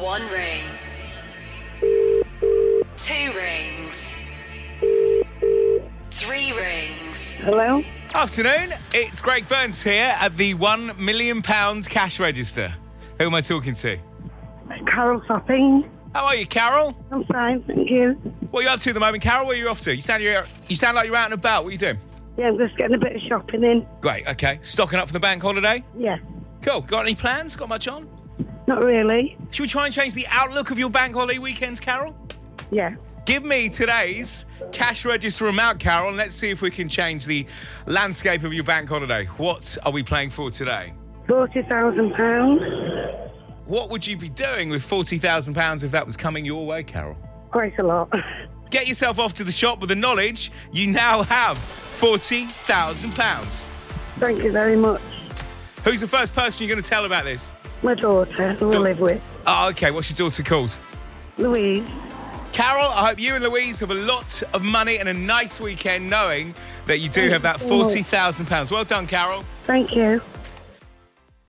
One ring. Two rings. Three rings. Hello? Afternoon, it's Greg Burns here at the £1 million cash register. Who am I talking to? Carol Sopping. How are you, Carol? I'm fine, thank you. What are you up to at the moment, Carol? Where are you off to? You sound, you're, you sound like you're out and about. What are you doing? Yeah, I'm just getting a bit of shopping in. Great, okay. Stocking up for the bank holiday? Yeah, Cool. Got any plans? Got much on? not really. Should we try and change the outlook of your bank holiday weekends, Carol? Yeah. Give me today's cash register amount, Carol, and let's see if we can change the landscape of your bank holiday. What are we playing for today? £40,000. What would you be doing with £40,000 if that was coming your way, Carol? Quite a lot. Get yourself off to the shop with the knowledge you now have £40,000. Thank you very much. Who's the first person you're going to tell about this? My daughter, who I live with, Oh, okay. What's your daughter called? Louise. Carol, I hope you and Louise have a lot of money and a nice weekend knowing that you do Thank have that you so much. £40,000. Well done, Carol. Thank you.